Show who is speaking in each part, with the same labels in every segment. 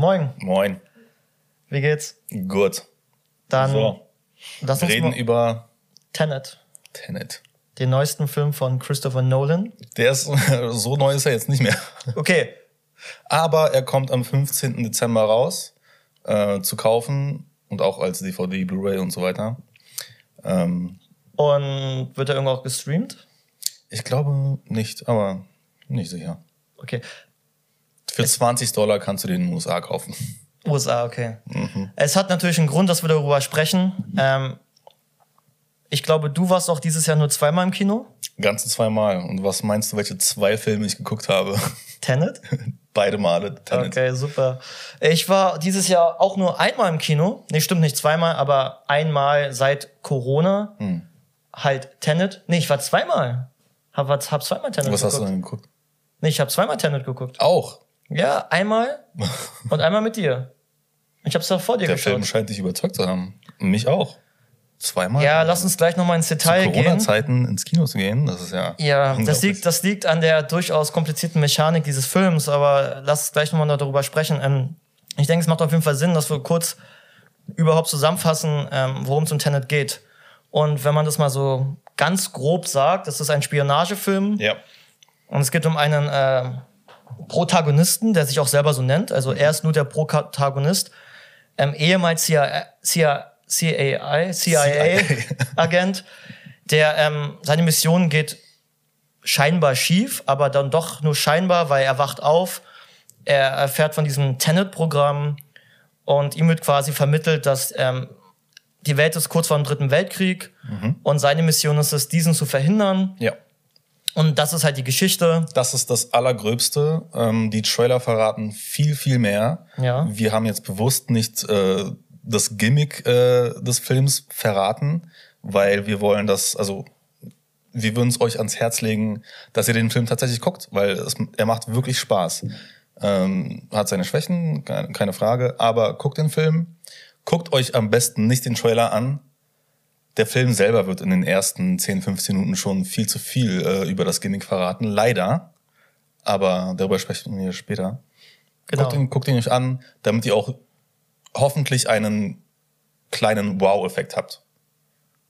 Speaker 1: Moin.
Speaker 2: Wie geht's?
Speaker 1: Gut.
Speaker 2: Dann
Speaker 1: so,
Speaker 2: lass
Speaker 1: wir
Speaker 2: uns
Speaker 1: reden
Speaker 2: Ähm, mal
Speaker 1: über
Speaker 2: Tenet,
Speaker 1: Tenet.
Speaker 2: den neuesten Film von Christopher Nolan.
Speaker 1: Der ist, so neu ist er jetzt nicht mehr.
Speaker 2: Okay,
Speaker 1: Aber er kommt am 15. Dezember raus, äh, zu kaufen und auch als DVD, Blu-ray und so weiter. Ähm,
Speaker 2: und wird er irgendwo auch gestreamt?
Speaker 1: ich glaube nicht, aber nicht sicher.
Speaker 2: Okay,
Speaker 1: Für 20 Dollar kannst du den in den USA kaufen.
Speaker 2: USA, okay.
Speaker 1: Mhm.
Speaker 2: Es hat natürlich einen Grund, dass wir darüber sprechen. Ähm, ich glaube, du warst auch dieses Jahr nur zweimal im Kino.
Speaker 1: Ganze zweimal. Und was meinst du, welche zwei Filme ich geguckt habe?
Speaker 2: Tenet?
Speaker 1: Beide Male. Tenet.
Speaker 2: Okay, super. Ich war dieses Jahr auch nur einmal im Kino. Nee, stimmt nicht zweimal, aber einmal seit Corona.
Speaker 1: Hm.
Speaker 2: Halt Tenet. Nee, ich war zweimal. Hab, hab zweimal Tenet
Speaker 1: Was
Speaker 2: geguckt.
Speaker 1: hast du denn geguckt?
Speaker 2: Nee, ich habe zweimal Tenet geguckt.
Speaker 1: Auch.
Speaker 2: Ja, einmal und einmal mit dir. Ich hab's doch vor dir
Speaker 1: Der Film
Speaker 2: geschaut.
Speaker 1: scheint dich überzeugt zu haben. Mich auch. Zweimal.
Speaker 2: Ja, lass uns gleich nochmal ins Detail
Speaker 1: zu
Speaker 2: gehen.
Speaker 1: Corona-Zeiten ins Kino zu gehen, das ist ja.
Speaker 2: Ja, das
Speaker 1: unglaublich.
Speaker 2: liegt, das liegt an der durchaus komplizierten Mechanik dieses Films, aber lass uns gleich nochmal darüber sprechen. Ähm, ich denke, es macht auf jeden Fall Sinn, dass wir kurz überhaupt zusammenfassen, ähm, worum es um Tenet geht. Und wenn man das mal so ganz grob sagt, das ist ein Spionagefilm
Speaker 1: Ja.
Speaker 2: und es geht um einen äh, Protagonisten, der sich auch selber so nennt. Also er ist nur der Protagonist, ähm, ehemals CIA, CIA, CIA, CIA-Agent, der ähm, seine Mission geht scheinbar schief, aber dann doch nur scheinbar, weil er wacht auf, er erfährt von diesem Tenet-Programm und ihm wird quasi vermittelt, dass ähm, die Welt ist kurz vor dem Dritten Weltkrieg und seine Mission ist es, diesen zu verhindern.
Speaker 1: Ja.
Speaker 2: Und das ist halt die Geschichte.
Speaker 1: Das ist das Allergröbste. Ähm, die Trailer verraten viel, viel mehr.
Speaker 2: Ja.
Speaker 1: Wir haben jetzt bewusst nicht äh, das Gimmick äh, des Films verraten, weil wir wollen das, also wir würden es euch ans Herz legen, dass ihr den Film tatsächlich guckt, weil es, er macht wirklich Spaß. Ähm, hat seine Schwächen, keine keine Frage, aber guckt den Film. Guckt euch am besten nicht den Trailer an. Der Film selber wird in den ersten 10, 15 Minuten schon viel zu viel äh, über das Gimmick verraten, leider. Aber darüber sprechen wir später.
Speaker 2: Genau.
Speaker 1: Guckt, ihn, guckt ihn euch an, damit ihr auch hoffentlich einen kleinen Wow-Effekt habt.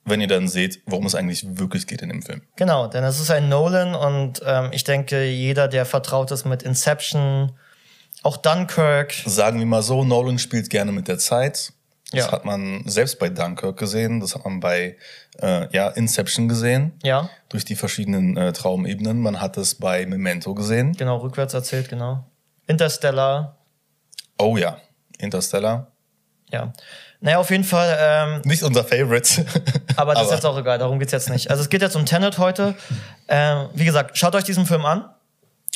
Speaker 1: Wenn ihr dann seht, worum es eigentlich wirklich geht in dem Film.
Speaker 2: Genau, denn es ist ein Nolan und ähm, ich denke, jeder, der vertraut ist mit Inception, auch Dunkirk,
Speaker 1: Sagen wir mal so, Nolan spielt gerne mit der Zeit. Das
Speaker 2: Ja.
Speaker 1: hat man selbst bei Dunkirk gesehen, das hat man bei äh, ja, Inception gesehen,
Speaker 2: ja,
Speaker 1: durch die verschiedenen äh, Traumebenen. Man hat es bei Memento gesehen.
Speaker 2: genau, rückwärts erzählt, genau. Interstellar,
Speaker 1: Oh ja, Interstellar.
Speaker 2: ja. Naja, auf jeden Fall, ähm,
Speaker 1: Nicht unser Favorite.
Speaker 2: aber das ist jetzt auch egal, darum geht's jetzt nicht. Also es geht jetzt um Tenet heute. Ähm, wie gesagt, schaut euch diesen Film an.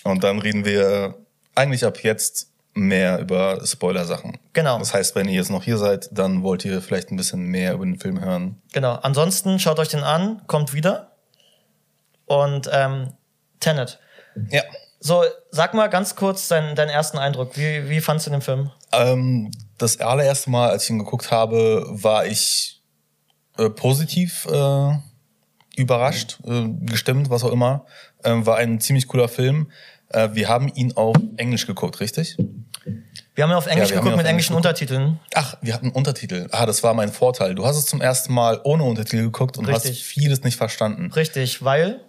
Speaker 1: Und dann reden wir eigentlich ab jetzt mehr über Spoiler-Sachen.
Speaker 2: Genau.
Speaker 1: Das heißt, wenn ihr jetzt noch hier seid, dann wollt ihr vielleicht ein bisschen mehr über den Film hören.
Speaker 2: Genau. Ansonsten schaut euch den an, kommt wieder. Und ähm, Tenet.
Speaker 1: Ja.
Speaker 2: So, sag mal ganz kurz deinen, deinen ersten Eindruck. Wie, wie fandst du den Film?
Speaker 1: Ähm, das allererste Mal, als ich ihn geguckt habe, war ich äh, positiv äh, überrascht, äh, gestimmt, was auch immer. Ähm, war ein ziemlich cooler Film. Äh, wir haben ihn auf Englisch geguckt, richtig?
Speaker 2: Wir haben ja auf Englisch
Speaker 1: wir haben
Speaker 2: geguckt
Speaker 1: ja auf
Speaker 2: mit
Speaker 1: Englisch
Speaker 2: englischen Untertiteln.
Speaker 1: Ach, wir hatten Untertitel. Ah, das war mein Vorteil. Du hast es zum ersten Mal ohne Untertitel geguckt und hast
Speaker 2: Richtig.
Speaker 1: vieles nicht verstanden.
Speaker 2: Richtig, weil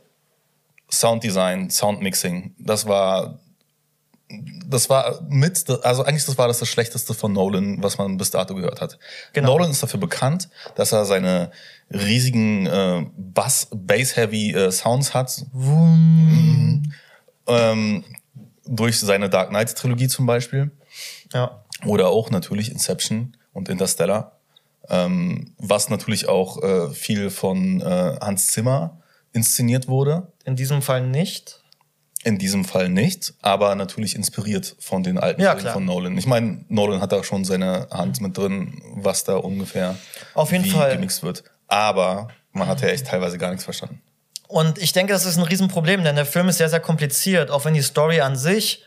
Speaker 1: Sounddesign, Soundmixing, das war das war mit, also eigentlich das war das das Schlechteste von Nolan, was man bis dato gehört hat.
Speaker 2: Genau.
Speaker 1: Nolan ist dafür bekannt, dass er seine riesigen äh, Bass, Bass-heavy äh, Sounds hat. Ähm, durch seine Dark Knight-Trilogie zum Beispiel.
Speaker 2: ja,
Speaker 1: Oder auch natürlich Inception und Interstellar. Ähm, was natürlich auch äh, viel von äh, Hans Zimmer inszeniert wurde.
Speaker 2: in diesem Fall nicht.
Speaker 1: In diesem Fall nicht, aber natürlich inspiriert von den alten
Speaker 2: Ja,
Speaker 1: Filmen
Speaker 2: klar. Mhm.
Speaker 1: von Nolan. Ich meine, Nolan hat da schon seine Hand mit drin, was da ungefähr
Speaker 2: Auf jeden
Speaker 1: wie
Speaker 2: Fall.
Speaker 1: gemixt wird. Aber man hat ja echt teilweise gar nichts verstanden.
Speaker 2: Und ich denke, das ist ein Riesenproblem, denn der Film ist sehr, sehr kompliziert, auch wenn die Story an sich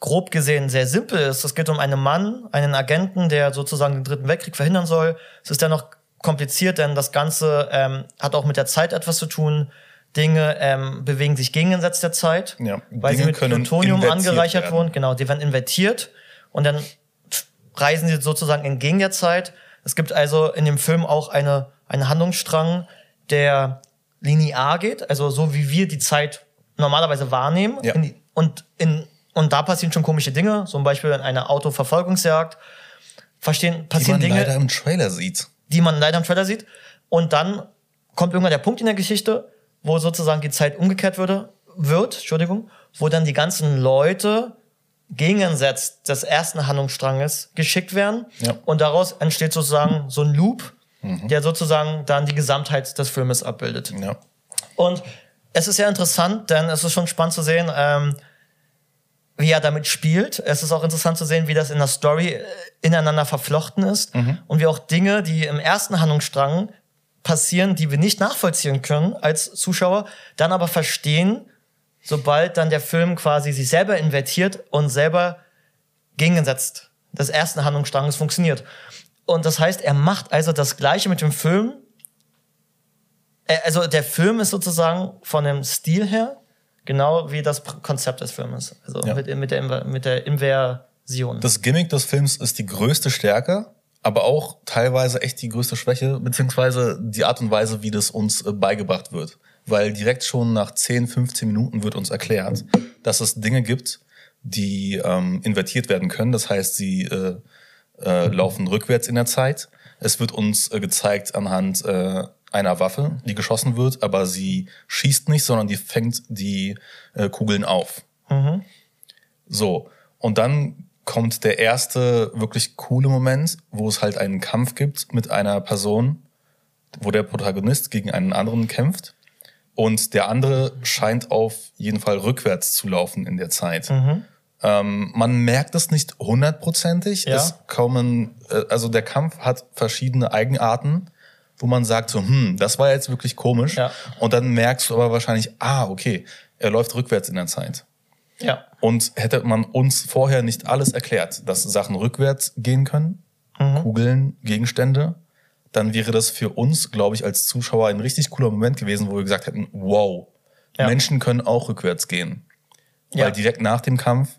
Speaker 2: grob gesehen sehr simpel ist. Es geht um einen Mann, einen Agenten, der sozusagen den Dritten Weltkrieg verhindern soll. Es ist dennoch kompliziert, denn das Ganze ähm, hat auch mit der Zeit etwas zu tun. Dinge ähm, bewegen sich gegen den Satz der Zeit,
Speaker 1: Ja,
Speaker 2: weil
Speaker 1: Dinge
Speaker 2: sie mit
Speaker 1: können
Speaker 2: Plutonium
Speaker 1: invertiert
Speaker 2: angereichert
Speaker 1: werden.
Speaker 2: wurden. Genau, die werden invertiert und dann reisen sie sozusagen entgegen der Zeit. Es gibt also in dem Film auch eine, einen Handlungsstrang, der linear geht, also so wie wir die Zeit normalerweise wahrnehmen.
Speaker 1: Ja.
Speaker 2: In die, und, in, und da passieren schon komische Dinge, zum Beispiel in einer Autoverfolgungsjagd. Verstehen,
Speaker 1: Die
Speaker 2: passieren
Speaker 1: man
Speaker 2: Dinge,
Speaker 1: leider im Trailer sieht.
Speaker 2: die man leider im Trailer sieht. Und dann kommt irgendwann der Punkt in der Geschichte, wo sozusagen die Zeit umgekehrt würde, wird, Entschuldigung, wo dann die ganzen Leute gegensetzt des ersten Handlungsstranges geschickt werden.
Speaker 1: Ja.
Speaker 2: Und daraus entsteht sozusagen so ein Loop, der sozusagen dann die Gesamtheit des Filmes abbildet.
Speaker 1: Ja.
Speaker 2: Und es ist sehr interessant, denn es ist schon spannend zu sehen, ähm, wie er damit spielt. Es ist auch interessant zu sehen, wie das in der Story äh, ineinander verflochten ist und wie auch Dinge, die im ersten Handlungsstrang passieren, die wir nicht nachvollziehen können als Zuschauer, dann aber verstehen, sobald dann der Film quasi sich selber invertiert und selber gegensetzt des ersten Handlungsstranges funktioniert. Und das heißt, er macht also das Gleiche mit dem Film, äh, also der Film ist sozusagen von dem Stil her genau wie das Pr- Konzept des Filmes. Also
Speaker 1: Ja.
Speaker 2: mit, mit der, Inver- mit der Inversion.
Speaker 1: Das Gimmick des Films ist die größte Stärke, aber auch teilweise echt die größte Schwäche, beziehungsweise die Art und Weise, wie das uns äh, beigebracht wird. Weil direkt schon nach 10, 15 Minuten wird uns erklärt, dass es Dinge gibt, die ähm, invertiert werden können. Das heißt, sie äh, äh, laufen rückwärts in der Zeit. Es wird uns äh, gezeigt anhand äh, einer Waffe, die geschossen wird, aber sie schießt nicht, sondern die fängt die äh, Kugeln auf.
Speaker 2: Mhm.
Speaker 1: So, und dann kommt der erste wirklich coole Moment, wo es halt einen Kampf gibt mit einer Person, wo der Protagonist gegen einen anderen kämpft. Und der andere scheint auf jeden Fall rückwärts zu laufen in der Zeit.
Speaker 2: Mhm.
Speaker 1: Ähm, man merkt es nicht hundertprozentig.
Speaker 2: Ja.
Speaker 1: Es kommen, äh, also der Kampf hat verschiedene Eigenarten, wo man sagt so, hm, das war jetzt wirklich komisch.
Speaker 2: Ja.
Speaker 1: Und dann merkst du aber wahrscheinlich, ah, okay, er läuft rückwärts in der Zeit.
Speaker 2: ja.
Speaker 1: Und hätte man uns vorher nicht alles erklärt, dass Sachen rückwärts gehen können,
Speaker 2: Mhm.
Speaker 1: Kugeln, Gegenstände, dann wäre das für uns, glaube ich, als Zuschauer ein richtig cooler Moment gewesen, wo wir gesagt hätten, wow,
Speaker 2: Ja.
Speaker 1: Menschen können auch rückwärts gehen.
Speaker 2: Ja.
Speaker 1: Weil direkt nach dem Kampf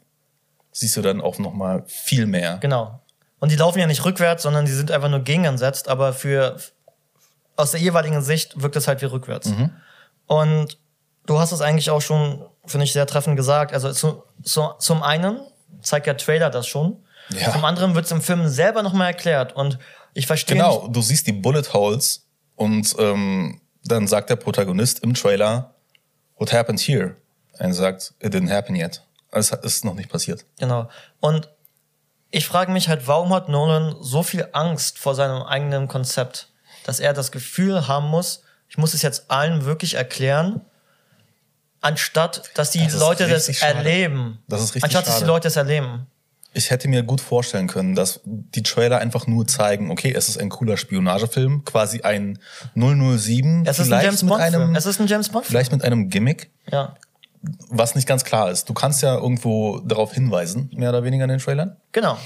Speaker 1: siehst du dann auch noch mal viel mehr.
Speaker 2: Genau. Und die laufen ja nicht rückwärts, sondern die sind einfach nur gegenansetzt, aber für aus der jeweiligen Sicht wirkt es halt wie rückwärts. Und du hast es eigentlich auch schon, finde ich, sehr treffend gesagt. Also zu, zu, zum einen zeigt der Trailer das schon.
Speaker 1: Ja.
Speaker 2: Zum anderen wird es im Film selber nochmal erklärt. Und ich verstehe
Speaker 1: Genau, du siehst die Bullet Holes und ähm, dann sagt der Protagonist im Trailer, what happened here? Und er sagt, it didn't happen yet. Also, Es ist noch nicht passiert.
Speaker 2: Genau. Und ich frage mich halt, warum hat Nolan so viel Angst vor seinem eigenen Konzept, dass er das Gefühl haben muss, ich muss es jetzt allen wirklich erklären, anstatt dass die
Speaker 1: Das ist
Speaker 2: Leute das
Speaker 1: richtig schade.
Speaker 2: erleben.
Speaker 1: Das ist richtig
Speaker 2: Anstatt dass die
Speaker 1: schade.
Speaker 2: Leute es erleben.
Speaker 1: ich hätte mir gut vorstellen können, dass die Trailer einfach nur zeigen, okay, es ist ein cooler Spionagefilm, quasi ein 007,
Speaker 2: Es ist ein
Speaker 1: vielleicht
Speaker 2: James
Speaker 1: mit
Speaker 2: Bond. Film.
Speaker 1: einem,
Speaker 2: Es ist ein James Bond. Film.
Speaker 1: vielleicht mit einem Gimmick,
Speaker 2: Ja.
Speaker 1: was nicht ganz klar ist. Du kannst ja irgendwo darauf hinweisen, mehr oder weniger in den Trailern.
Speaker 2: Genau.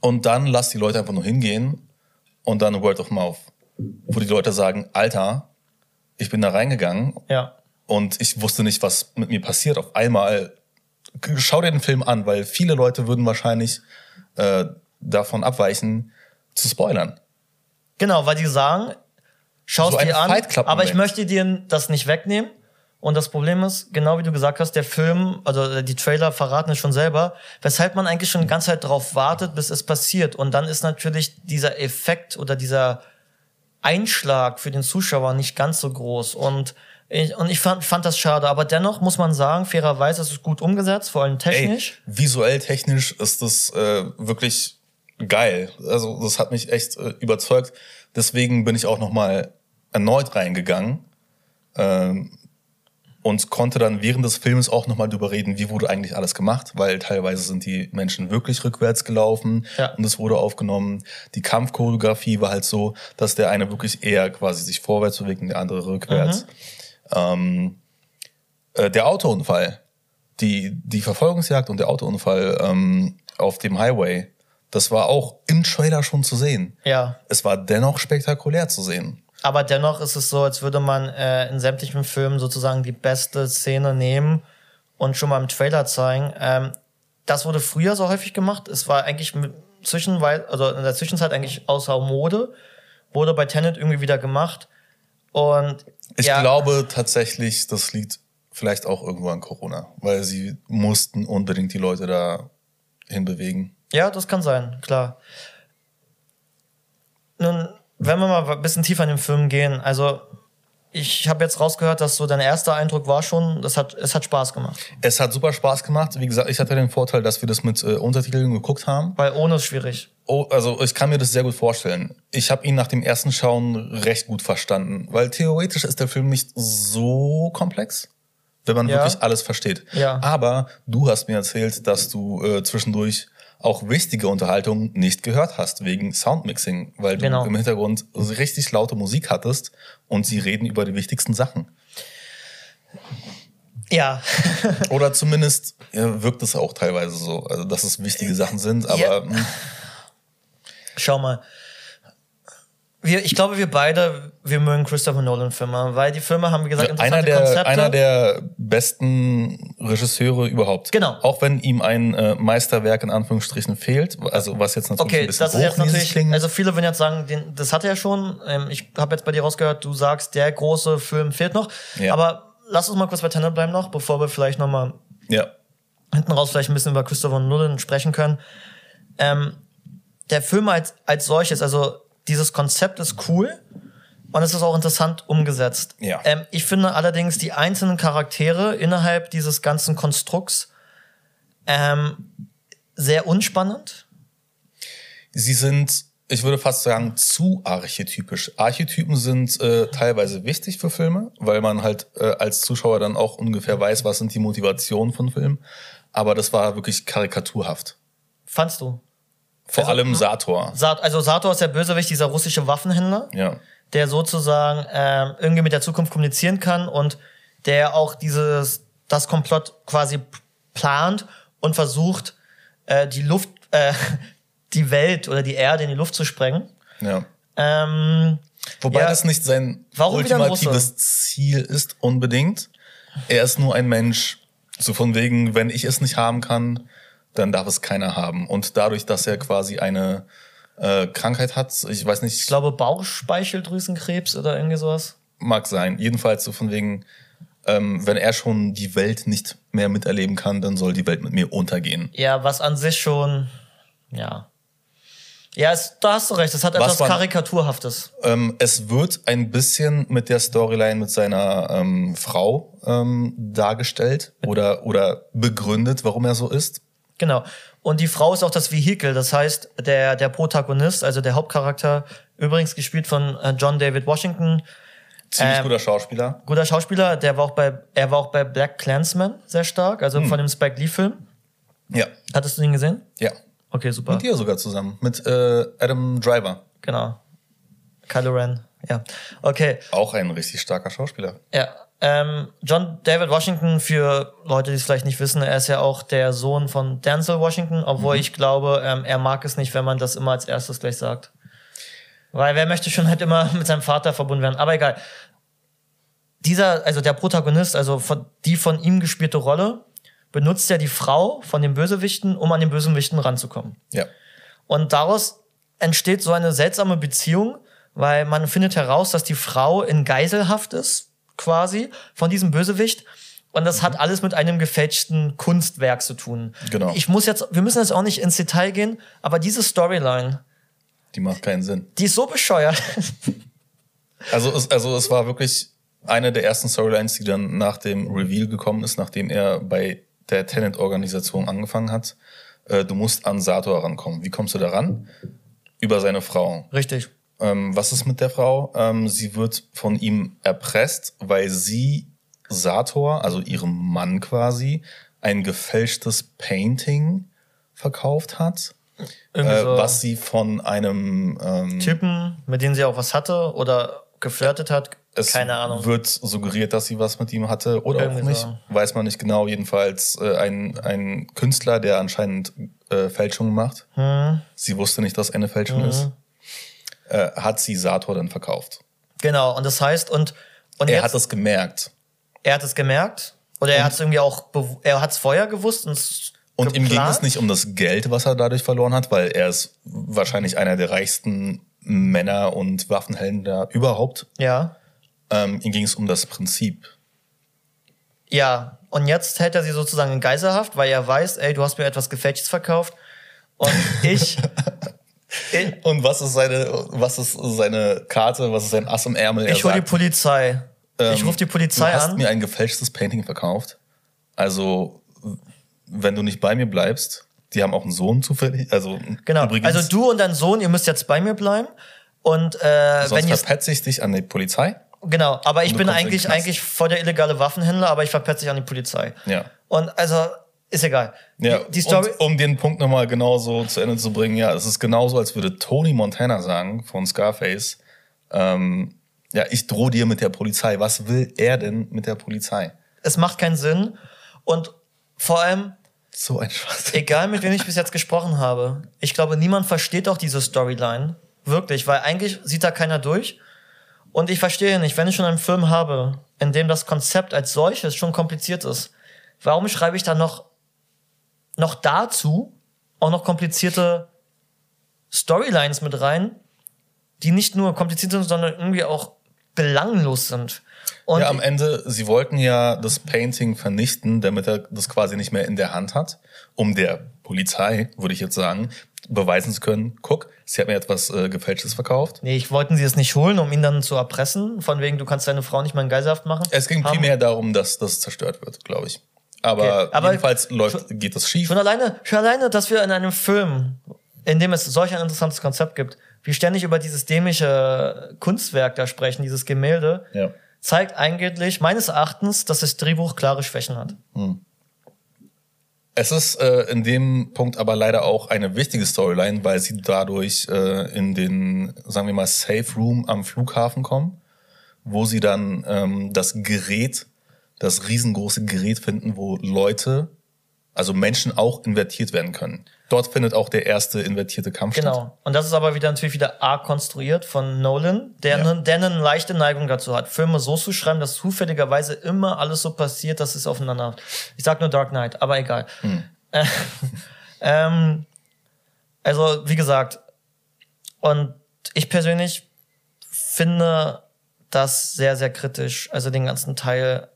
Speaker 1: Und dann lass die Leute einfach nur hingehen und dann Word of Mouth, wo die Leute sagen, Alter, ich bin da reingegangen
Speaker 2: Ja.
Speaker 1: und ich wusste nicht, was mit mir passiert. Auf einmal k- schau dir den Film an, weil viele Leute würden wahrscheinlich äh, davon abweichen, zu spoilern.
Speaker 2: Genau, weil die sagen, schau
Speaker 1: So
Speaker 2: es
Speaker 1: ein
Speaker 2: dir an,
Speaker 1: Fight Club
Speaker 2: aber ich
Speaker 1: Moment.
Speaker 2: möchte dir das nicht wegnehmen. Und das Problem ist, genau wie du gesagt hast, der Film, also die Trailer verraten es schon selber, weshalb man eigentlich schon die ganze Zeit drauf wartet, bis es passiert. Und dann ist natürlich dieser Effekt oder dieser Einschlag für den Zuschauer nicht ganz so groß. Und ich, und ich fand, fand das schade. Aber dennoch muss man sagen, fairerweise ist es gut umgesetzt, vor allem
Speaker 1: Ey,
Speaker 2: technisch.
Speaker 1: visuell, technisch ist das äh, wirklich geil. Also das hat mich echt äh, überzeugt. Deswegen bin ich auch noch mal erneut reingegangen ähm, und konnte dann während des Filmes auch noch mal drüber reden, wie wurde eigentlich alles gemacht, weil teilweise sind die Menschen wirklich rückwärts gelaufen
Speaker 2: Ja.
Speaker 1: und es wurde aufgenommen. Die Kampfchoreografie war halt so, dass der eine wirklich eher quasi sich vorwärts bewegt und der andere rückwärts.
Speaker 2: Mhm.
Speaker 1: Ähm, äh, der Autounfall, die, die Verfolgungsjagd und der Autounfall ähm, auf dem Highway, das war auch im Trailer schon zu sehen.
Speaker 2: Ja.
Speaker 1: Es war dennoch spektakulär zu sehen.
Speaker 2: Aber dennoch ist es so, als würde man äh, in sämtlichen Filmen sozusagen die beste Szene nehmen und schon mal im Trailer zeigen. Ähm, das wurde früher so häufig gemacht. Es war eigentlich mit, zwischenwei- also in der Zwischenzeit eigentlich außer Mode, wurde bei Tenet irgendwie wieder gemacht. Und
Speaker 1: Ich
Speaker 2: ja,
Speaker 1: glaube tatsächlich, das liegt vielleicht auch irgendwo an Corona, weil sie mussten unbedingt die Leute da hinbewegen.
Speaker 2: ja, das kann sein, klar. Nun, wenn wir mal ein bisschen tiefer in den Film gehen, also ich habe jetzt rausgehört, dass so dein erster Eindruck war schon, das hat, es hat Spaß gemacht.
Speaker 1: Es hat super Spaß gemacht. Wie gesagt, ich hatte den Vorteil, dass wir das mit äh, Untertiteln geguckt haben.
Speaker 2: Weil ohne ist schwierig.
Speaker 1: Oh, also ich kann mir das sehr gut vorstellen. Ich habe ihn nach dem ersten Schauen recht gut verstanden, weil theoretisch ist der Film nicht so komplex, wenn man
Speaker 2: Ja.
Speaker 1: wirklich alles versteht.
Speaker 2: Ja.
Speaker 1: Aber du hast mir erzählt, dass du äh, zwischendurch auch wichtige Unterhaltung nicht gehört hast wegen Soundmixing, weil du
Speaker 2: Genau.
Speaker 1: im Hintergrund richtig laute Musik hattest und sie reden über die wichtigsten Sachen.
Speaker 2: Ja,
Speaker 1: Oder zumindest ja, wirkt es auch teilweise so, also dass es wichtige Sachen sind, aber hm.
Speaker 2: Ja.
Speaker 1: mh,
Speaker 2: Schau mal. Wir, ich glaube, wir beide, wir mögen Christopher Nolan-Filme, weil die Filme haben, wie gesagt, interessante
Speaker 1: Also einer der,
Speaker 2: Konzepte.
Speaker 1: Einer der besten Regisseure überhaupt.
Speaker 2: Genau.
Speaker 1: Auch wenn ihm ein äh, Meisterwerk in Anführungsstrichen fehlt, also was jetzt natürlich ein
Speaker 2: okay,
Speaker 1: bisschen
Speaker 2: das ist jetzt
Speaker 1: hochnäsig
Speaker 2: natürlich,
Speaker 1: klingt.
Speaker 2: also viele würden jetzt sagen, den, das hat er schon. Ähm, ich habe jetzt bei dir rausgehört, du sagst, der große Film fehlt noch.
Speaker 1: Ja.
Speaker 2: Aber lass uns mal kurz bei Tenet bleiben noch, bevor wir vielleicht noch mal
Speaker 1: ja.
Speaker 2: hinten raus vielleicht ein bisschen über Christopher Nolan sprechen können. Ähm, der Film als, als solches, also dieses Konzept ist cool und es ist auch interessant umgesetzt.
Speaker 1: Ja.
Speaker 2: Ähm, ich finde allerdings die einzelnen Charaktere innerhalb dieses ganzen Konstrukts ähm, sehr unspannend.
Speaker 1: Sie sind, ich würde fast sagen, zu archetypisch. Archetypen sind äh, teilweise wichtig für Filme, weil man halt äh, als Zuschauer dann auch ungefähr weiß, was sind die Motivationen von Filmen. Aber das war wirklich karikaturhaft.
Speaker 2: Fandst du?
Speaker 1: Vor
Speaker 2: Also-
Speaker 1: allem Sator.
Speaker 2: Sat also Sator ist der Bösewicht, dieser russische Waffenhändler.
Speaker 1: Ja.
Speaker 2: der sozusagen ähm, irgendwie mit der Zukunft kommunizieren kann und der auch dieses das Komplott quasi p- plant und versucht äh, die Luft äh, die Welt oder die Erde in die Luft zu sprengen.
Speaker 1: Ja.
Speaker 2: Ähm,
Speaker 1: Wobei
Speaker 2: Ja.
Speaker 1: das nicht sein
Speaker 2: Warum wieder ein
Speaker 1: ultimatives
Speaker 2: Russe?
Speaker 1: Ziel ist unbedingt. Er ist nur ein Mensch. So von wegen, wenn ich es nicht haben kann, dann darf es keiner haben. Und dadurch, dass er quasi eine äh, Krankheit hat, ich weiß nicht,
Speaker 2: ich glaube Bauchspeicheldrüsenkrebs oder irgendwie sowas.
Speaker 1: mag sein. Jedenfalls so von wegen, ähm, wenn er schon die Welt nicht mehr miterleben kann, dann soll die Welt mit mir untergehen.
Speaker 2: Ja, was an sich schon ja. Ja, es, da hast du recht. Es hat
Speaker 1: Was
Speaker 2: etwas
Speaker 1: man-
Speaker 2: Karikaturhaftes.
Speaker 1: Ähm, es wird ein bisschen mit der Storyline mit seiner ähm, Frau ähm, dargestellt oder, oder begründet, warum er so ist.
Speaker 2: Genau. Und die Frau ist auch das Vehikel, das heißt, der, der Protagonist, also der Hauptcharakter, übrigens gespielt von äh, John David Washington,
Speaker 1: Ziemlich
Speaker 2: Ähm,
Speaker 1: guter Schauspieler.
Speaker 2: guter Schauspieler, der war auch bei, er war auch bei Black Clansman sehr stark, also von dem Spike Lee-Film.
Speaker 1: Ja,
Speaker 2: Hattest du ihn gesehen?
Speaker 1: ja.
Speaker 2: Okay, super.
Speaker 1: Mit dir sogar zusammen. Mit äh, Adam Driver.
Speaker 2: Genau. Kylo Ren, ja. Okay,
Speaker 1: Auch ein richtig starker Schauspieler.
Speaker 2: ja. Ähm, John David Washington, für Leute, die es vielleicht nicht wissen, er ist ja auch der Sohn von Denzel Washington, obwohl ich glaube, ähm, er mag es nicht, wenn man das immer als erstes gleich sagt. Weil wer möchte schon halt immer mit seinem Vater verbunden werden? Aber egal. Dieser, also der Protagonist, also von, die von ihm gespielte Rolle, benutzt ja die Frau von den Bösewichten, um an den Bösewichten ranzukommen.
Speaker 1: Ja.
Speaker 2: Und daraus entsteht so eine seltsame Beziehung, weil man findet heraus, dass die Frau in Geiselhaft ist, quasi, von diesem Bösewicht. Und das hat alles mit einem gefälschten Kunstwerk zu tun.
Speaker 1: Mhm. Genau.
Speaker 2: Ich muss jetzt, wir müssen jetzt auch nicht ins Detail gehen, aber diese Storyline,
Speaker 1: Die macht keinen Sinn.
Speaker 2: die ist so bescheuert.
Speaker 1: Also es, also es war wirklich eine der ersten Storylines, die dann nach dem Reveal gekommen ist, nachdem er bei der Tenant-Organisation angefangen hat. Äh, du musst an Sator rankommen. Wie kommst du da ran? Über seine Frau.
Speaker 2: Richtig.
Speaker 1: Ähm, was ist mit der Frau? Ähm, sie wird von ihm erpresst, weil sie Sator, also ihrem Mann quasi, ein gefälschtes Painting verkauft hat,
Speaker 2: Irgendwie
Speaker 1: äh,
Speaker 2: so
Speaker 1: was sie von einem ähm,
Speaker 2: Typen, mit denen sie auch was hatte oder geflirtet hat,
Speaker 1: es
Speaker 2: keine Ahnung.
Speaker 1: wird suggeriert, dass sie was mit ihm hatte oder
Speaker 2: Irgendwie
Speaker 1: auch nicht,
Speaker 2: so.
Speaker 1: weiß man nicht genau. Jedenfalls äh, ein, ein Künstler, der anscheinend äh, Fälschungen macht.
Speaker 2: Hm.
Speaker 1: Sie wusste nicht, dass eine Fälschung ist. Äh, hat sie Sator dann verkauft?
Speaker 2: Genau, und das heißt, und, und
Speaker 1: Er
Speaker 2: jetzt-
Speaker 1: hat das gemerkt.
Speaker 2: er hat es gemerkt oder er hat es irgendwie auch bew- er hat es vorher gewusst und es
Speaker 1: Und ihm ging
Speaker 2: geplant?
Speaker 1: es nicht um das Geld, was er dadurch verloren hat, weil er ist wahrscheinlich einer der reichsten Männer und Waffenhändler überhaupt.
Speaker 2: Ja.
Speaker 1: Ähm, ihm ging es um das Prinzip.
Speaker 2: Ja. Und jetzt hält er sie sozusagen in Geiselhaft, weil er weiß, ey, du hast mir etwas Gefälschtes verkauft. Und ich, ich,
Speaker 1: Und was ist seine, was ist seine Karte, was ist sein Ass im Ärmel? Er
Speaker 2: ich hole die
Speaker 1: sagt,
Speaker 2: Polizei. ich
Speaker 1: ähm,
Speaker 2: rufe die Polizei
Speaker 1: Du hast
Speaker 2: an.
Speaker 1: mir ein gefälschtes Painting verkauft. Also, w- wenn du nicht bei mir bleibst, die haben auch einen Sohn zufällig. Also,
Speaker 2: Genau.
Speaker 1: übrigens,
Speaker 2: also du und dein Sohn, ihr müsst jetzt bei mir bleiben. Und äh,
Speaker 1: sonst
Speaker 2: wenn ihr
Speaker 1: verpetze ich dich an die Polizei.
Speaker 2: genau, aber ich
Speaker 1: du
Speaker 2: bin
Speaker 1: kommst in den
Speaker 2: eigentlich
Speaker 1: Knast.
Speaker 2: eigentlich voll der illegale Waffenhändler, aber ich verpetze dich an die Polizei.
Speaker 1: Ja.
Speaker 2: Und also ist egal.
Speaker 1: Ja,
Speaker 2: die, die Story.
Speaker 1: und, um den Punkt nochmal genauso zu Ende zu bringen, ja, es ist genauso, als würde Tony Montana sagen von Scarface, ähm, ja, ich drohe dir mit der Polizei. Was will er denn mit der Polizei?
Speaker 2: es macht keinen Sinn. Und vor allem,
Speaker 1: So ein Schwachsinn.
Speaker 2: egal mit wem ich bis jetzt gesprochen habe, ich glaube, niemand versteht auch diese Storyline. Wirklich, weil eigentlich sieht da keiner durch. Und ich verstehe nicht, wenn ich schon einen Film habe, in dem das Konzept als solches schon kompliziert ist, warum schreibe ich dann noch, noch dazu auch noch komplizierte Storylines mit rein, die nicht nur kompliziert sind, sondern irgendwie auch belanglos sind. Und
Speaker 1: ja, am Ende, sie wollten ja das Painting vernichten, damit er das quasi nicht mehr in der Hand hat, um der Polizei, würde ich jetzt sagen, beweisen zu können, guck, sie hat mir etwas äh, Gefälschtes verkauft.
Speaker 2: Nee, ich wollten sie es nicht holen, um ihn dann zu erpressen. Von wegen, du kannst deine Frau nicht mal in Geiselhaft machen.
Speaker 1: Es ging
Speaker 2: Haben-
Speaker 1: primär darum, dass das zerstört wird, glaube ich. Aber,
Speaker 2: Okay, aber
Speaker 1: jedenfalls läuft, geht das schief.
Speaker 2: Schon alleine, schon alleine, dass wir in einem Film, in dem es solch ein interessantes Konzept gibt, wie ständig über dieses dämliche Kunstwerk da sprechen, dieses Gemälde,
Speaker 1: Ja.
Speaker 2: zeigt eigentlich meines Erachtens, dass das Drehbuch klare Schwächen hat.
Speaker 1: Es ist äh, in dem Punkt aber leider auch eine wichtige Storyline, weil sie dadurch äh, in den, sagen wir mal, Safe Room am Flughafen kommen, wo sie dann ähm, das Gerät, das riesengroße Gerät finden, wo Leute, also Menschen auch invertiert werden können. Dort findet auch der erste invertierte Kampf statt.
Speaker 2: Genau. Und das ist aber wieder natürlich wieder arg konstruiert von Nolan, der,
Speaker 1: Ja.
Speaker 2: nun- der eine leichte Neigung dazu hat, Filme so zu schreiben, dass zufälligerweise immer alles so passiert, dass es aufeinander. Ich sag nur Dark Knight, aber egal. Äh, ähm, also, wie gesagt, und ich persönlich finde das sehr, sehr kritisch, also den ganzen Teil.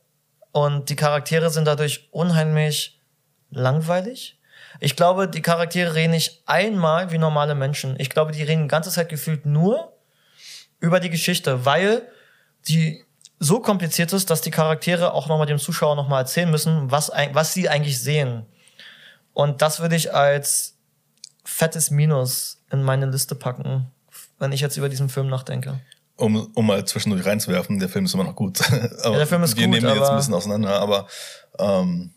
Speaker 2: Und die Charaktere sind dadurch unheimlich langweilig. Ich glaube, die Charaktere reden nicht einmal wie normale Menschen. Ich glaube, die reden die ganze Zeit gefühlt nur über die Geschichte, weil die so kompliziert ist, dass die Charaktere auch nochmal dem Zuschauer nochmal erzählen müssen, was, ein- was sie eigentlich sehen. Und das würde ich als fettes Minus in meine Liste packen, wenn ich jetzt über diesen Film nachdenke.
Speaker 1: Um, um mal zwischendurch reinzuwerfen, der Film ist immer noch gut. aber
Speaker 2: Ja, der Film ist
Speaker 1: wir
Speaker 2: gut,
Speaker 1: nehmen ihn jetzt
Speaker 2: aber-
Speaker 1: ein bisschen auseinander, aber ähm,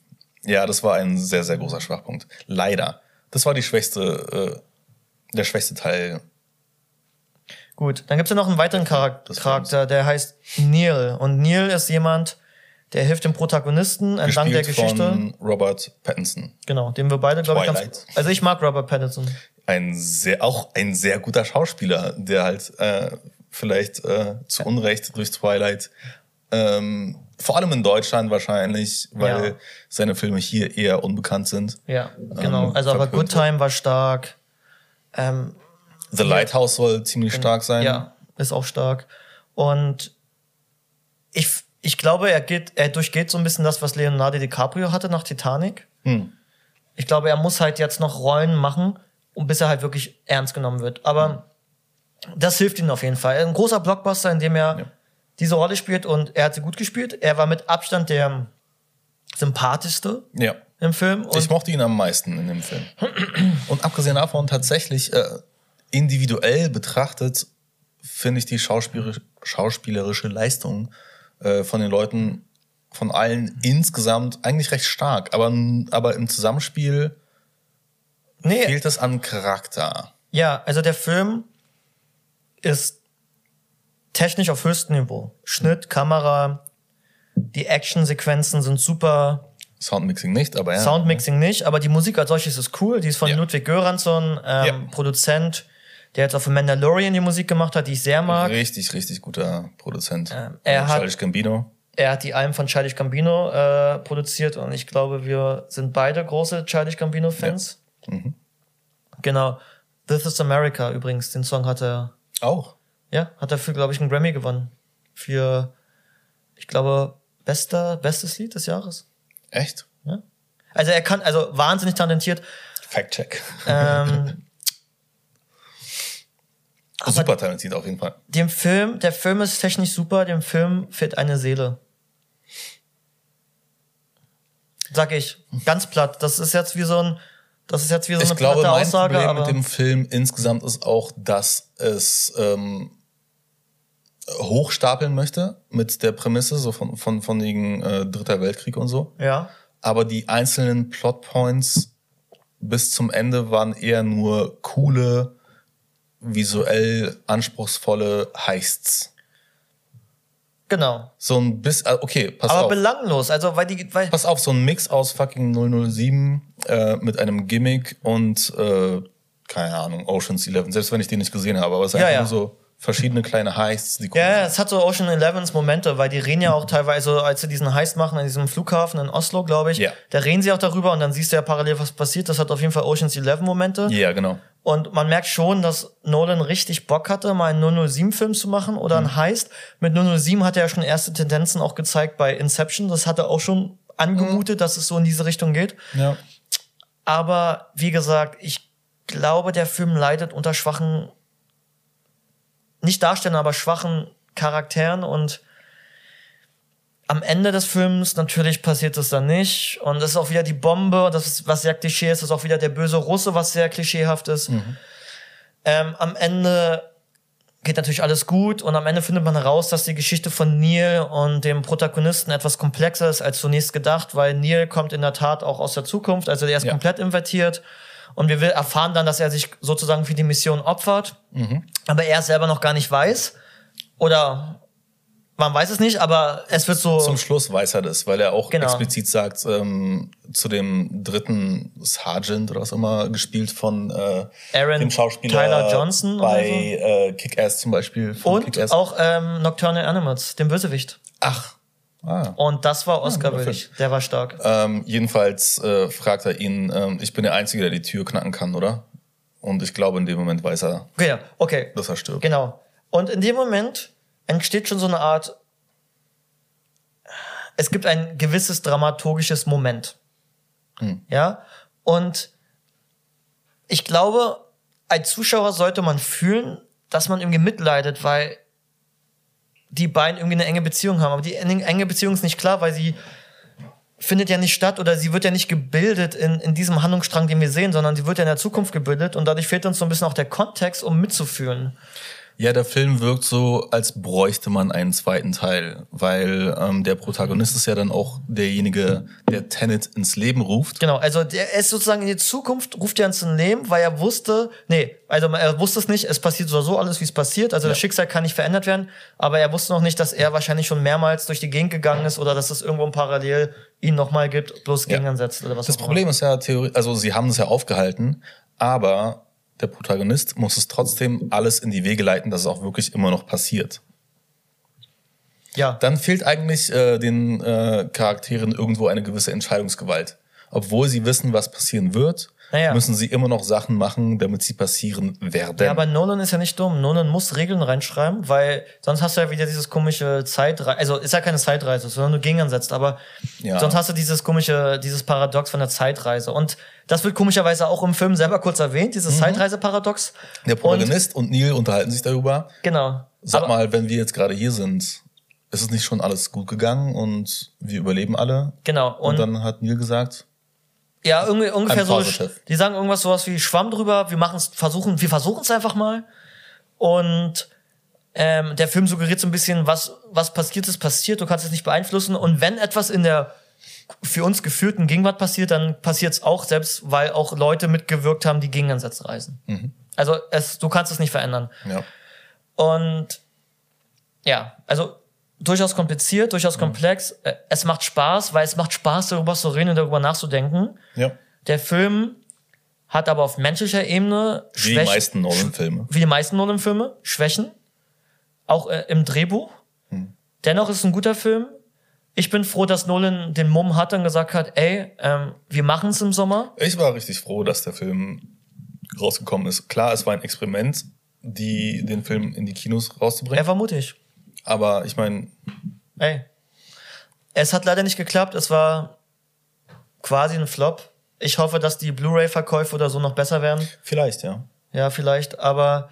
Speaker 1: ja, das war ein sehr, sehr großer Schwachpunkt. Leider. Das war die schwächste, äh, der schwächste Teil
Speaker 2: Gut, dann gibt es ja noch einen weiteren Charak
Speaker 1: des Films.
Speaker 2: Charakter, der heißt Neil. Und Neil ist jemand, der hilft dem Protagonisten entlang der
Speaker 1: gespielt
Speaker 2: Geschichte.
Speaker 1: von Robert Pattinson.
Speaker 2: Genau, den wir beide, glaube ich, ganz.
Speaker 1: Twilight.
Speaker 2: Also ich mag Robert Pattinson.
Speaker 1: Ein sehr, auch ein sehr guter Schauspieler, der halt äh, vielleicht äh, zu Unrecht durch Twilight, ähm, vor allem in Deutschland wahrscheinlich, weil
Speaker 2: Ja.
Speaker 1: seine Filme hier eher unbekannt sind.
Speaker 2: Ja, genau.
Speaker 1: Ähm,
Speaker 2: also aber
Speaker 1: verpönt
Speaker 2: Good Time war stark. Ähm,
Speaker 1: The Lighthouse soll ziemlich stark sein.
Speaker 2: ja, ist auch stark. Und ich, ich glaube, er geht, er durchgeht so ein bisschen das, was Leonardo DiCaprio hatte nach Titanic.
Speaker 1: Hm.
Speaker 2: Ich glaube, er muss halt jetzt noch Rollen machen, um- bis er halt wirklich ernst genommen wird. Aber das hilft ihm auf jeden Fall. Ein großer Blockbuster, in dem er
Speaker 1: Hm. Ja.
Speaker 2: diese Rolle spielt und er hat sie gut gespielt. Er war mit Abstand der sympathischste
Speaker 1: ja.
Speaker 2: im Film. Und
Speaker 1: ich mochte ihn am meisten in dem Film. Und abgesehen davon tatsächlich äh, individuell betrachtet finde ich die schauspielerisch, schauspielerische Leistung äh, von den Leuten, von allen insgesamt eigentlich recht stark. Aber, aber im Zusammenspiel
Speaker 2: nee,
Speaker 1: fehlt es an Charakter.
Speaker 2: Ja, also der Film ist technisch auf höchstem Niveau. Schnitt, Kamera, die Actionsequenzen sind super,
Speaker 1: Soundmixing nicht, aber ja.
Speaker 2: Soundmixing nicht, aber die Musik als solches ist cool. Die ist von
Speaker 1: Ja.
Speaker 2: Ludwig Göransson, ähm,
Speaker 1: Ja.
Speaker 2: Produzent, der jetzt auf
Speaker 1: Mhm.
Speaker 2: Mandalorian die Musik gemacht hat, die ich sehr mag.
Speaker 1: Richtig, richtig guter Produzent.
Speaker 2: Ähm, er hat-
Speaker 1: Charles Gambino.
Speaker 2: Er hat die Alben von Charlie Gambino äh, produziert und ich glaube, wir sind beide große Charlie Gambino-Fans.
Speaker 1: Mhm.
Speaker 2: Genau. This is America übrigens, den Song hat er,
Speaker 1: Auch.
Speaker 2: ja, hat er für, glaube ich, einen Grammy gewonnen. Für, ich glaube, bester, bestes Lied des Jahres.
Speaker 1: Echt?
Speaker 2: Ja? Also er kann, also wahnsinnig talentiert.
Speaker 1: Fact-check.
Speaker 2: Ähm,
Speaker 1: Super talentiert auf jeden Fall.
Speaker 2: dem Film, der Film ist technisch super, dem Film fehlt eine Seele. Sag ich, ganz platt. Das ist jetzt wie so ein, das ist jetzt wie so eine
Speaker 1: ich glaube,
Speaker 2: platte
Speaker 1: mein
Speaker 2: Aussage,
Speaker 1: Problem
Speaker 2: aber
Speaker 1: mit dem Film insgesamt ist auch, dass es ähm, hochstapeln möchte mit der Prämisse so von von von wegen äh, Dritter Weltkrieg und so.
Speaker 2: ja.
Speaker 1: Aber die einzelnen Plotpoints bis zum Ende waren eher nur coole, visuell anspruchsvolle Heists.
Speaker 2: Genau.
Speaker 1: So ein bisschen, okay, pass
Speaker 2: Aber
Speaker 1: auf.
Speaker 2: belanglos, also weil die, weil,
Speaker 1: Pass auf, so ein Mix aus fucking 007 äh, mit einem Gimmick und, äh, keine Ahnung, Ocean's 11. Selbst wenn ich den nicht gesehen habe, aber es ist
Speaker 2: Ja,
Speaker 1: einfach
Speaker 2: ja.
Speaker 1: nur so verschiedene kleine Heists, die cool
Speaker 2: ja, ja,
Speaker 1: sind.
Speaker 2: es hat so Ocean Elevens Momente, weil die reden ja auch teilweise, als sie diesen Heist machen in diesem Flughafen in Oslo, glaube ich,
Speaker 1: Ja.
Speaker 2: da reden sie auch darüber und dann siehst du ja parallel, was passiert. Das hat auf jeden Fall Oceans 11 Momente.
Speaker 1: Ja, genau.
Speaker 2: Und man merkt schon, dass Nolan richtig Bock hatte, mal einen 007-Film zu machen oder
Speaker 1: Mhm.
Speaker 2: einen Heist. Mit 007 hat er ja schon erste Tendenzen auch gezeigt bei Inception. Das hat er auch schon
Speaker 1: Mhm.
Speaker 2: angemutet, dass es so in diese Richtung geht.
Speaker 1: Ja.
Speaker 2: Aber wie gesagt, ich glaube, der Film leidet unter schwachen, nicht Darstellern, aber schwachen Charakteren und am Ende des Films natürlich passiert es dann nicht. Und das ist auch wieder die Bombe, das ist, was sehr klischee ist, das ist auch wieder der böse Russe, was sehr klischeehaft ist. Ähm, am Ende geht natürlich alles gut und am Ende findet man heraus, dass die Geschichte von Neil und dem Protagonisten etwas komplexer ist als zunächst gedacht, weil Neil kommt in der Tat auch aus der Zukunft, also er ist
Speaker 1: Ja.
Speaker 2: komplett invertiert und wir will- erfahren dann, dass er sich sozusagen für die Mission opfert,
Speaker 1: Mhm.
Speaker 2: aber er es selber noch gar nicht weiß oder man weiß es nicht, aber es wird so
Speaker 1: Zum Schluss weiß er das, weil er auch
Speaker 2: Genau.
Speaker 1: explizit sagt, ähm, zu dem dritten Sergeant oder was auch immer, gespielt von äh,
Speaker 2: Aaron
Speaker 1: dem Schauspieler
Speaker 2: Tyler Johnson oder
Speaker 1: bei
Speaker 2: so.
Speaker 1: äh, Kick-Ass zum Beispiel. von
Speaker 2: und
Speaker 1: Kick-Ass.
Speaker 2: auch ähm, Nocturnal Animals, dem Bösewicht.
Speaker 1: Ach. Ah.
Speaker 2: Und das war Oscar
Speaker 1: guter
Speaker 2: würdig. Der war stark.
Speaker 1: Ähm, jedenfalls äh, fragt er ihn, ähm, ich bin der Einzige, der die Tür knacken kann, oder? Und ich glaube, in dem Moment weiß er,
Speaker 2: Okay, ja, okay.
Speaker 1: dass er stirbt.
Speaker 2: Genau. Und in dem Moment entsteht schon so eine Art. Es gibt ein gewisses dramaturgisches Moment. Ja. Und ich glaube, als Zuschauer sollte man fühlen, dass man irgendwie mitleidet, weil die beiden irgendwie eine enge Beziehung haben. Aber die enge enge Beziehung ist nicht klar, weil sie findet ja nicht statt oder sie wird ja nicht gebildet in, in diesem Handlungsstrang, den wir sehen, sondern sie wird ja in der Zukunft gebildet und dadurch fehlt uns so ein bisschen auch der Kontext, um mitzufühlen.
Speaker 1: Ja, der Film wirkt so, als bräuchte man einen zweiten Teil, weil ähm, der Protagonist ist ja dann auch derjenige, der Tenet ins Leben ruft.
Speaker 2: Genau, also der er ist sozusagen in die Zukunft, ruft er ins Leben, weil er wusste, nee, also er wusste es nicht, es passiert so oder so alles, wie es passiert, also das Schicksal kann nicht verändert werden, aber er wusste noch nicht, dass er wahrscheinlich schon mehrmals durch die Gegend gegangen ist oder dass es irgendwo im Parallel ihn nochmal gibt, bloß
Speaker 1: Ja.
Speaker 2: Gegnern setzt oder was
Speaker 1: Das
Speaker 2: auch immer.
Speaker 1: Problem ist ja, Theorie, also sie haben es ja aufgehalten, aber der Protagonist muss es trotzdem alles in die Wege leiten, dass es auch wirklich immer noch passiert.
Speaker 2: Ja,
Speaker 1: dann fehlt eigentlich äh, den äh, Charakteren irgendwo eine gewisse Entscheidungsgewalt. Obwohl sie wissen, was passieren wird,
Speaker 2: Naja.
Speaker 1: müssen sie immer noch Sachen machen, damit sie passieren werden.
Speaker 2: ja, aber Nolan ist ja nicht dumm. Nolan muss Regeln reinschreiben, weil sonst hast du ja wieder dieses komische Zeitreise, also ist ja keine Zeitreise, sondern nur Gegnern setzt, aber
Speaker 1: Ja.
Speaker 2: sonst hast du dieses komische, dieses Paradox von der Zeitreise und das wird komischerweise auch im Film selber kurz erwähnt,
Speaker 1: Mhm.
Speaker 2: dieses Zeitreise-Paradox.
Speaker 1: Der
Speaker 2: Und,
Speaker 1: Protagonist und, Neil unterhalten sich darüber.
Speaker 2: genau.
Speaker 1: Sag
Speaker 2: Aber-
Speaker 1: mal, wenn wir jetzt gerade hier sind, ist es nicht schon alles gut gegangen und wir überleben alle?
Speaker 2: Genau. Und,
Speaker 1: Und, dann hat Neil gesagt,
Speaker 2: ja, irgendwie, ungefähr
Speaker 1: I'm
Speaker 2: so.
Speaker 1: positive.
Speaker 2: Die sagen irgendwas sowas wie Schwamm drüber, wir machen's, versuchen, wir versuchen es einfach mal. Und ähm, der Film suggeriert so ein bisschen, was, was passiert ist, passiert, du kannst es nicht beeinflussen. Und wenn etwas in der für uns geführten Gegenwart passiert, dann passiert es auch, selbst weil auch Leute mitgewirkt haben, die gegen Ansätze reisen. Also es, du kannst es nicht verändern.
Speaker 1: ja,
Speaker 2: Und ja, also durchaus kompliziert, durchaus komplex. Äh, Es macht Spaß, weil es macht Spaß, darüber zu reden und darüber nachzudenken.
Speaker 1: ja.
Speaker 2: Der Film hat aber auf menschlicher Ebene
Speaker 1: Wie die
Speaker 2: Schwächen-
Speaker 1: meisten Nolan-Filme.
Speaker 2: wie die meisten
Speaker 1: Hm.
Speaker 2: Nolan-Filme, Schwächen. Auch äh, im Drehbuch. Dennoch ist es ein guter Film. Ich bin froh, dass Nolan den Mumm hat und gesagt hat, ey, ähm, wir machen es im Sommer.
Speaker 1: Ich war richtig froh, dass der Film rausgekommen ist. Klar, es war ein Experiment, die, den Film in die Kinos rauszubringen.
Speaker 2: Er war mutig.
Speaker 1: Aber ich meine,
Speaker 2: Ey. Es hat leider nicht geklappt. Es war quasi ein Flop. Ich hoffe, dass die Blu-ray-Verkäufe oder so noch besser werden.
Speaker 1: vielleicht, ja.
Speaker 2: Ja, vielleicht. Aber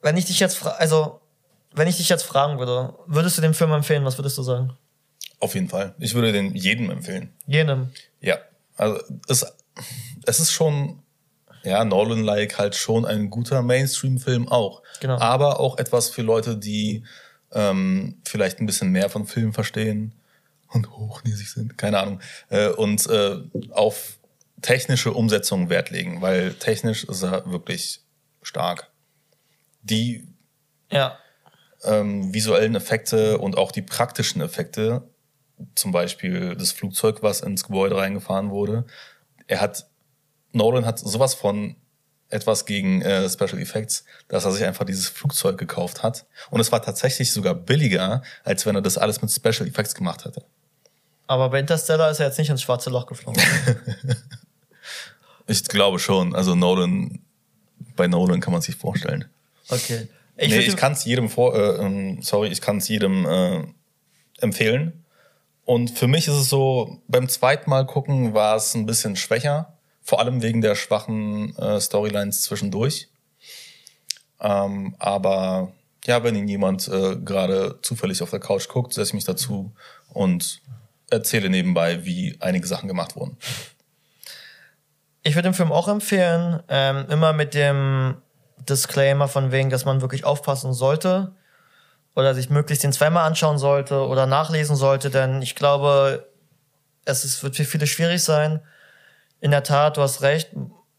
Speaker 2: wenn ich dich jetzt, fra also wenn ich dich jetzt fragen würde, würdest du den Film empfehlen? Was würdest du sagen?
Speaker 1: Auf jeden Fall. Ich würde den jedem empfehlen.
Speaker 2: Jenem.
Speaker 1: Ja. Also es, es ist schon, ja, Nolan-like halt schon ein guter Mainstream-Film auch.
Speaker 2: Genau.
Speaker 1: Aber auch etwas für Leute, die ähm, vielleicht ein bisschen mehr von Filmen verstehen und hochnäsig sind. Keine Ahnung. Äh, und äh, auf technische Umsetzung Wert legen, weil technisch ist er wirklich stark. Die
Speaker 2: Ja.
Speaker 1: ähm, visuellen Effekte und auch die praktischen Effekte, zum Beispiel das Flugzeug, was ins Gebäude reingefahren wurde. Er hat, Nolan hat sowas von etwas gegen äh, Special Effects, dass er sich einfach dieses Flugzeug gekauft hat. Und es war tatsächlich sogar billiger, als wenn er das alles mit Special Effects gemacht hätte.
Speaker 2: Aber bei Interstellar ist er jetzt nicht ins schwarze Loch geflogen.
Speaker 1: Ich glaube schon. Also Nolan, bei Nolan kann man sich vorstellen.
Speaker 2: Okay.
Speaker 1: Ich, nee,
Speaker 2: würd
Speaker 1: ich
Speaker 2: ihm-
Speaker 1: kann es jedem vor, äh, ähm, sorry, ich kann es jedem äh, empfehlen. Und für mich ist es so, beim zweiten Mal gucken war es ein bisschen schwächer, vor allem wegen der schwachen äh, Storylines zwischendurch. Ähm, aber ja, wenn ihn jemand äh, gerade zufällig auf der Couch guckt, setze ich mich dazu und erzähle nebenbei, wie einige Sachen gemacht wurden.
Speaker 2: Ich würde den Film auch empfehlen, ähm, immer mit dem Disclaimer von wegen, dass man wirklich aufpassen sollte oder sich möglichst den zweimal anschauen sollte oder nachlesen sollte, denn ich glaube, es ist, wird für viele schwierig sein. In der Tat, du hast recht,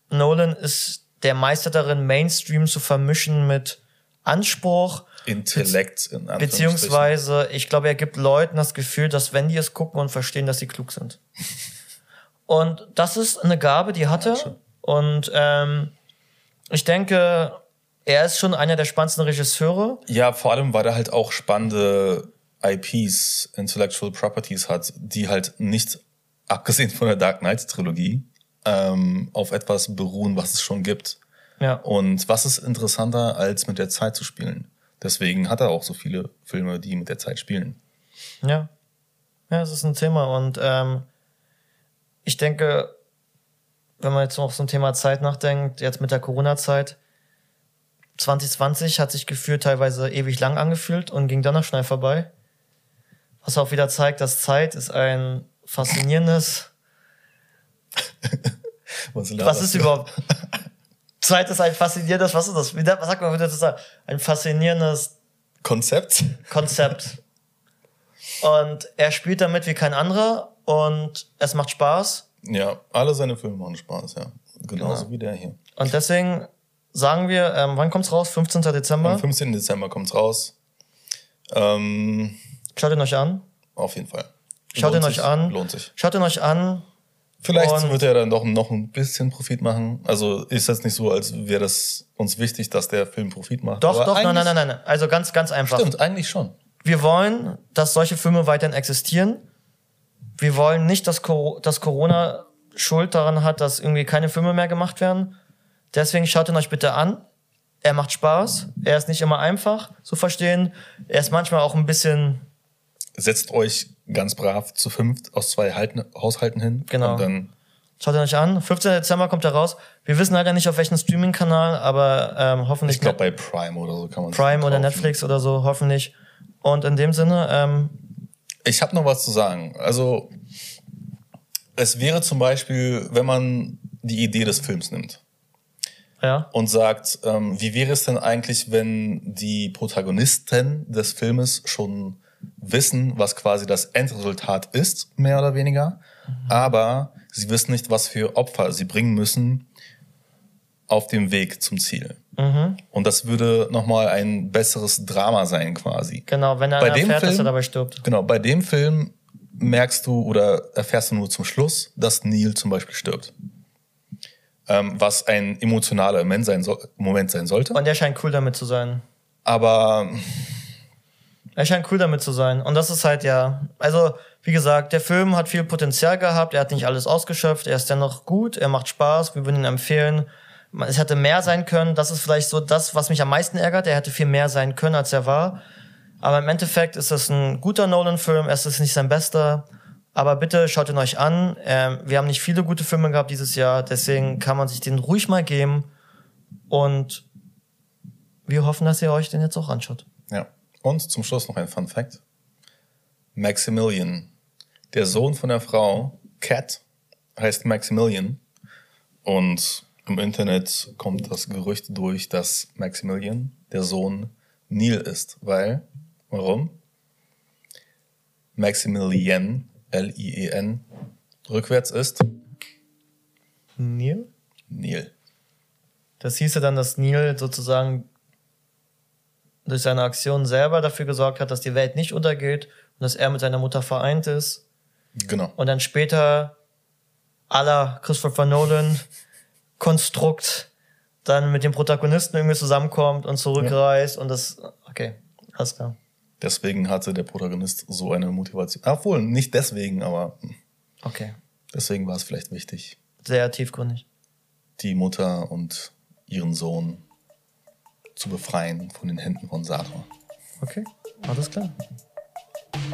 Speaker 2: Nolan ist der Meister darin, Mainstream zu vermischen mit Anspruch,
Speaker 1: Intellekt in Anführungsstrichen.
Speaker 2: beziehungsweise ich glaube, er gibt Leuten das Gefühl, dass wenn die es gucken und verstehen, dass sie klug sind. Und das ist eine Gabe, die hat
Speaker 1: schon.
Speaker 2: er. Und ähm, ich denke, er ist schon einer der spannendsten Regisseure.
Speaker 1: Ja, vor allem, weil er halt auch spannende IPs, Intellectual Properties hat, die halt nicht, abgesehen von der Dark Knight-Trilogie, ähm, auf etwas beruhen, was es schon gibt.
Speaker 2: Ja.
Speaker 1: Und was ist interessanter, als mit der Zeit zu spielen? Deswegen hat er auch so viele Filme, die mit der Zeit spielen.
Speaker 2: Ja. Ja, es ist ein Thema. Und ähm, ich denke, wenn man jetzt noch so ein Thema Zeit nachdenkt, jetzt mit der Corona-Zeit, 2020 hat sich gefühlt teilweise ewig lang angefühlt und ging dann noch schnell vorbei. Was auch wieder zeigt, dass Zeit ist ein faszinierendes.
Speaker 1: Was,
Speaker 2: Was ist überhaupt? Zeit ist ein faszinierendes, was ist das? Wie, da- was sagt man wieder das? Ein faszinierendes
Speaker 1: Konzept?
Speaker 2: Konzept. Und er spielt damit wie kein anderer und es macht Spaß.
Speaker 1: Ja, alle seine Filme machen Spaß, ja. Genauso wie der hier.
Speaker 2: Und deswegen sagen wir, ähm, wann kommt's raus? 15.
Speaker 1: Am
Speaker 2: Dezember.
Speaker 1: 15. Dezember kommt's raus. Ähm,
Speaker 2: Schaut ihn euch an.
Speaker 1: auf jeden Fall.
Speaker 2: Schaut ihn
Speaker 1: Lohnt
Speaker 2: euch
Speaker 1: sich,
Speaker 2: an.
Speaker 1: Lohnt sich.
Speaker 2: Schaut ihn euch an.
Speaker 1: Vielleicht
Speaker 2: Und-
Speaker 1: wird er dann doch noch ein bisschen Profit machen. Also ist jetzt nicht so, als wäre das uns wichtig, dass der Film Profit macht.
Speaker 2: Doch,
Speaker 1: Aber
Speaker 2: doch, nein,
Speaker 1: eigentlich-
Speaker 2: nein, nein, nein. Also ganz, ganz einfach.
Speaker 1: Stimmt, eigentlich schon.
Speaker 2: Wir wollen, dass solche Filme weiterhin existieren. Wir wollen nicht, dass, Cor dass Corona Schuld daran hat, dass irgendwie keine Filme mehr gemacht werden. Deswegen schaut ihn euch bitte an. Er macht Spaß. Er ist nicht immer einfach zu verstehen. Er ist manchmal auch ein bisschen
Speaker 1: Setzt euch ganz brav zu fünft aus zwei Halten, Haushalten hin.
Speaker 2: Genau.
Speaker 1: Und dann
Speaker 2: Schaut ihn euch an. 15. Dezember kommt er raus. Wir wissen leider nicht, auf welchen Streaming-Kanal, aber ähm, hoffentlich
Speaker 1: ich glaube bei Prime oder so kann man
Speaker 2: Prime
Speaker 1: sich
Speaker 2: oder
Speaker 1: kaufen.
Speaker 2: Netflix oder so, hoffentlich. Und in dem Sinne, ähm,
Speaker 1: Ich habe noch was zu sagen. Also es wäre zum Beispiel, wenn man die Idee des Films nimmt.
Speaker 2: ja,
Speaker 1: und sagt, ähm, wie wäre es denn eigentlich, wenn die Protagonisten des Filmes schon wissen, was quasi das Endresultat ist, mehr oder weniger, aber sie wissen nicht, was für Opfer sie bringen müssen auf dem Weg zum Ziel. Und das würde nochmal ein besseres Drama sein quasi.
Speaker 2: genau, wenn er
Speaker 1: Bei
Speaker 2: einer
Speaker 1: dem
Speaker 2: erfährt, dass er
Speaker 1: Film-
Speaker 2: dabei stirbt.
Speaker 1: Genau, bei dem Film merkst du oder erfährst du nur zum Schluss, dass Neil zum Beispiel stirbt. Ähm, was ein emotionaler Moment sein, soll- Moment sein sollte.
Speaker 2: Und er scheint cool damit zu sein.
Speaker 1: Aber
Speaker 2: Er scheint cool damit zu sein. Und das ist halt ja, also wie gesagt, der Film hat viel Potenzial gehabt, er hat nicht alles ausgeschöpft, er ist dennoch gut, er macht Spaß, wir würden ihn empfehlen. Man- Es hätte mehr sein können, das ist vielleicht so das, was mich am meisten ärgert, er hätte viel mehr sein können, als er war. Aber im Endeffekt ist es ein guter Nolan-Film, es ist nicht sein bester. Aber bitte schaut ihn euch an. Ähm, wir haben nicht viele gute Filme gehabt dieses Jahr, deswegen kann man sich den ruhig mal geben. Und wir hoffen, dass ihr euch den jetzt auch anschaut.
Speaker 1: Ja. Und zum Schluss noch ein Fun Fact. Maximilian, der Sohn von der Frau, Cat, heißt Maximilian. Und im Internet kommt das Gerücht durch, dass Maximilian der Sohn Neil ist. Weil, warum? Maximilian, L-I-E-N, rückwärts ist
Speaker 2: Neil?
Speaker 1: Neil.
Speaker 2: Das hieße dann, dass Neil sozusagen durch seine Aktion selber dafür gesorgt hat, dass die Welt nicht untergeht und dass er mit seiner Mutter vereint ist.
Speaker 1: Genau.
Speaker 2: Und dann später aller Christopher Nolan Konstrukt dann mit dem Protagonisten irgendwie zusammenkommt und zurückreist und das. Okay, alles klar.
Speaker 1: Deswegen hatte der Protagonist so eine Motivation. Obwohl, nicht deswegen, aber hm.
Speaker 2: Okay.
Speaker 1: deswegen war es vielleicht wichtig.
Speaker 2: Sehr tiefgründig.
Speaker 1: die Mutter und ihren Sohn zu befreien von den Händen von Satan.
Speaker 2: Okay, alles klar.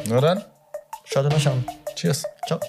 Speaker 1: Na dann,
Speaker 2: Schaut euch an.
Speaker 1: cheers.
Speaker 2: Ciao.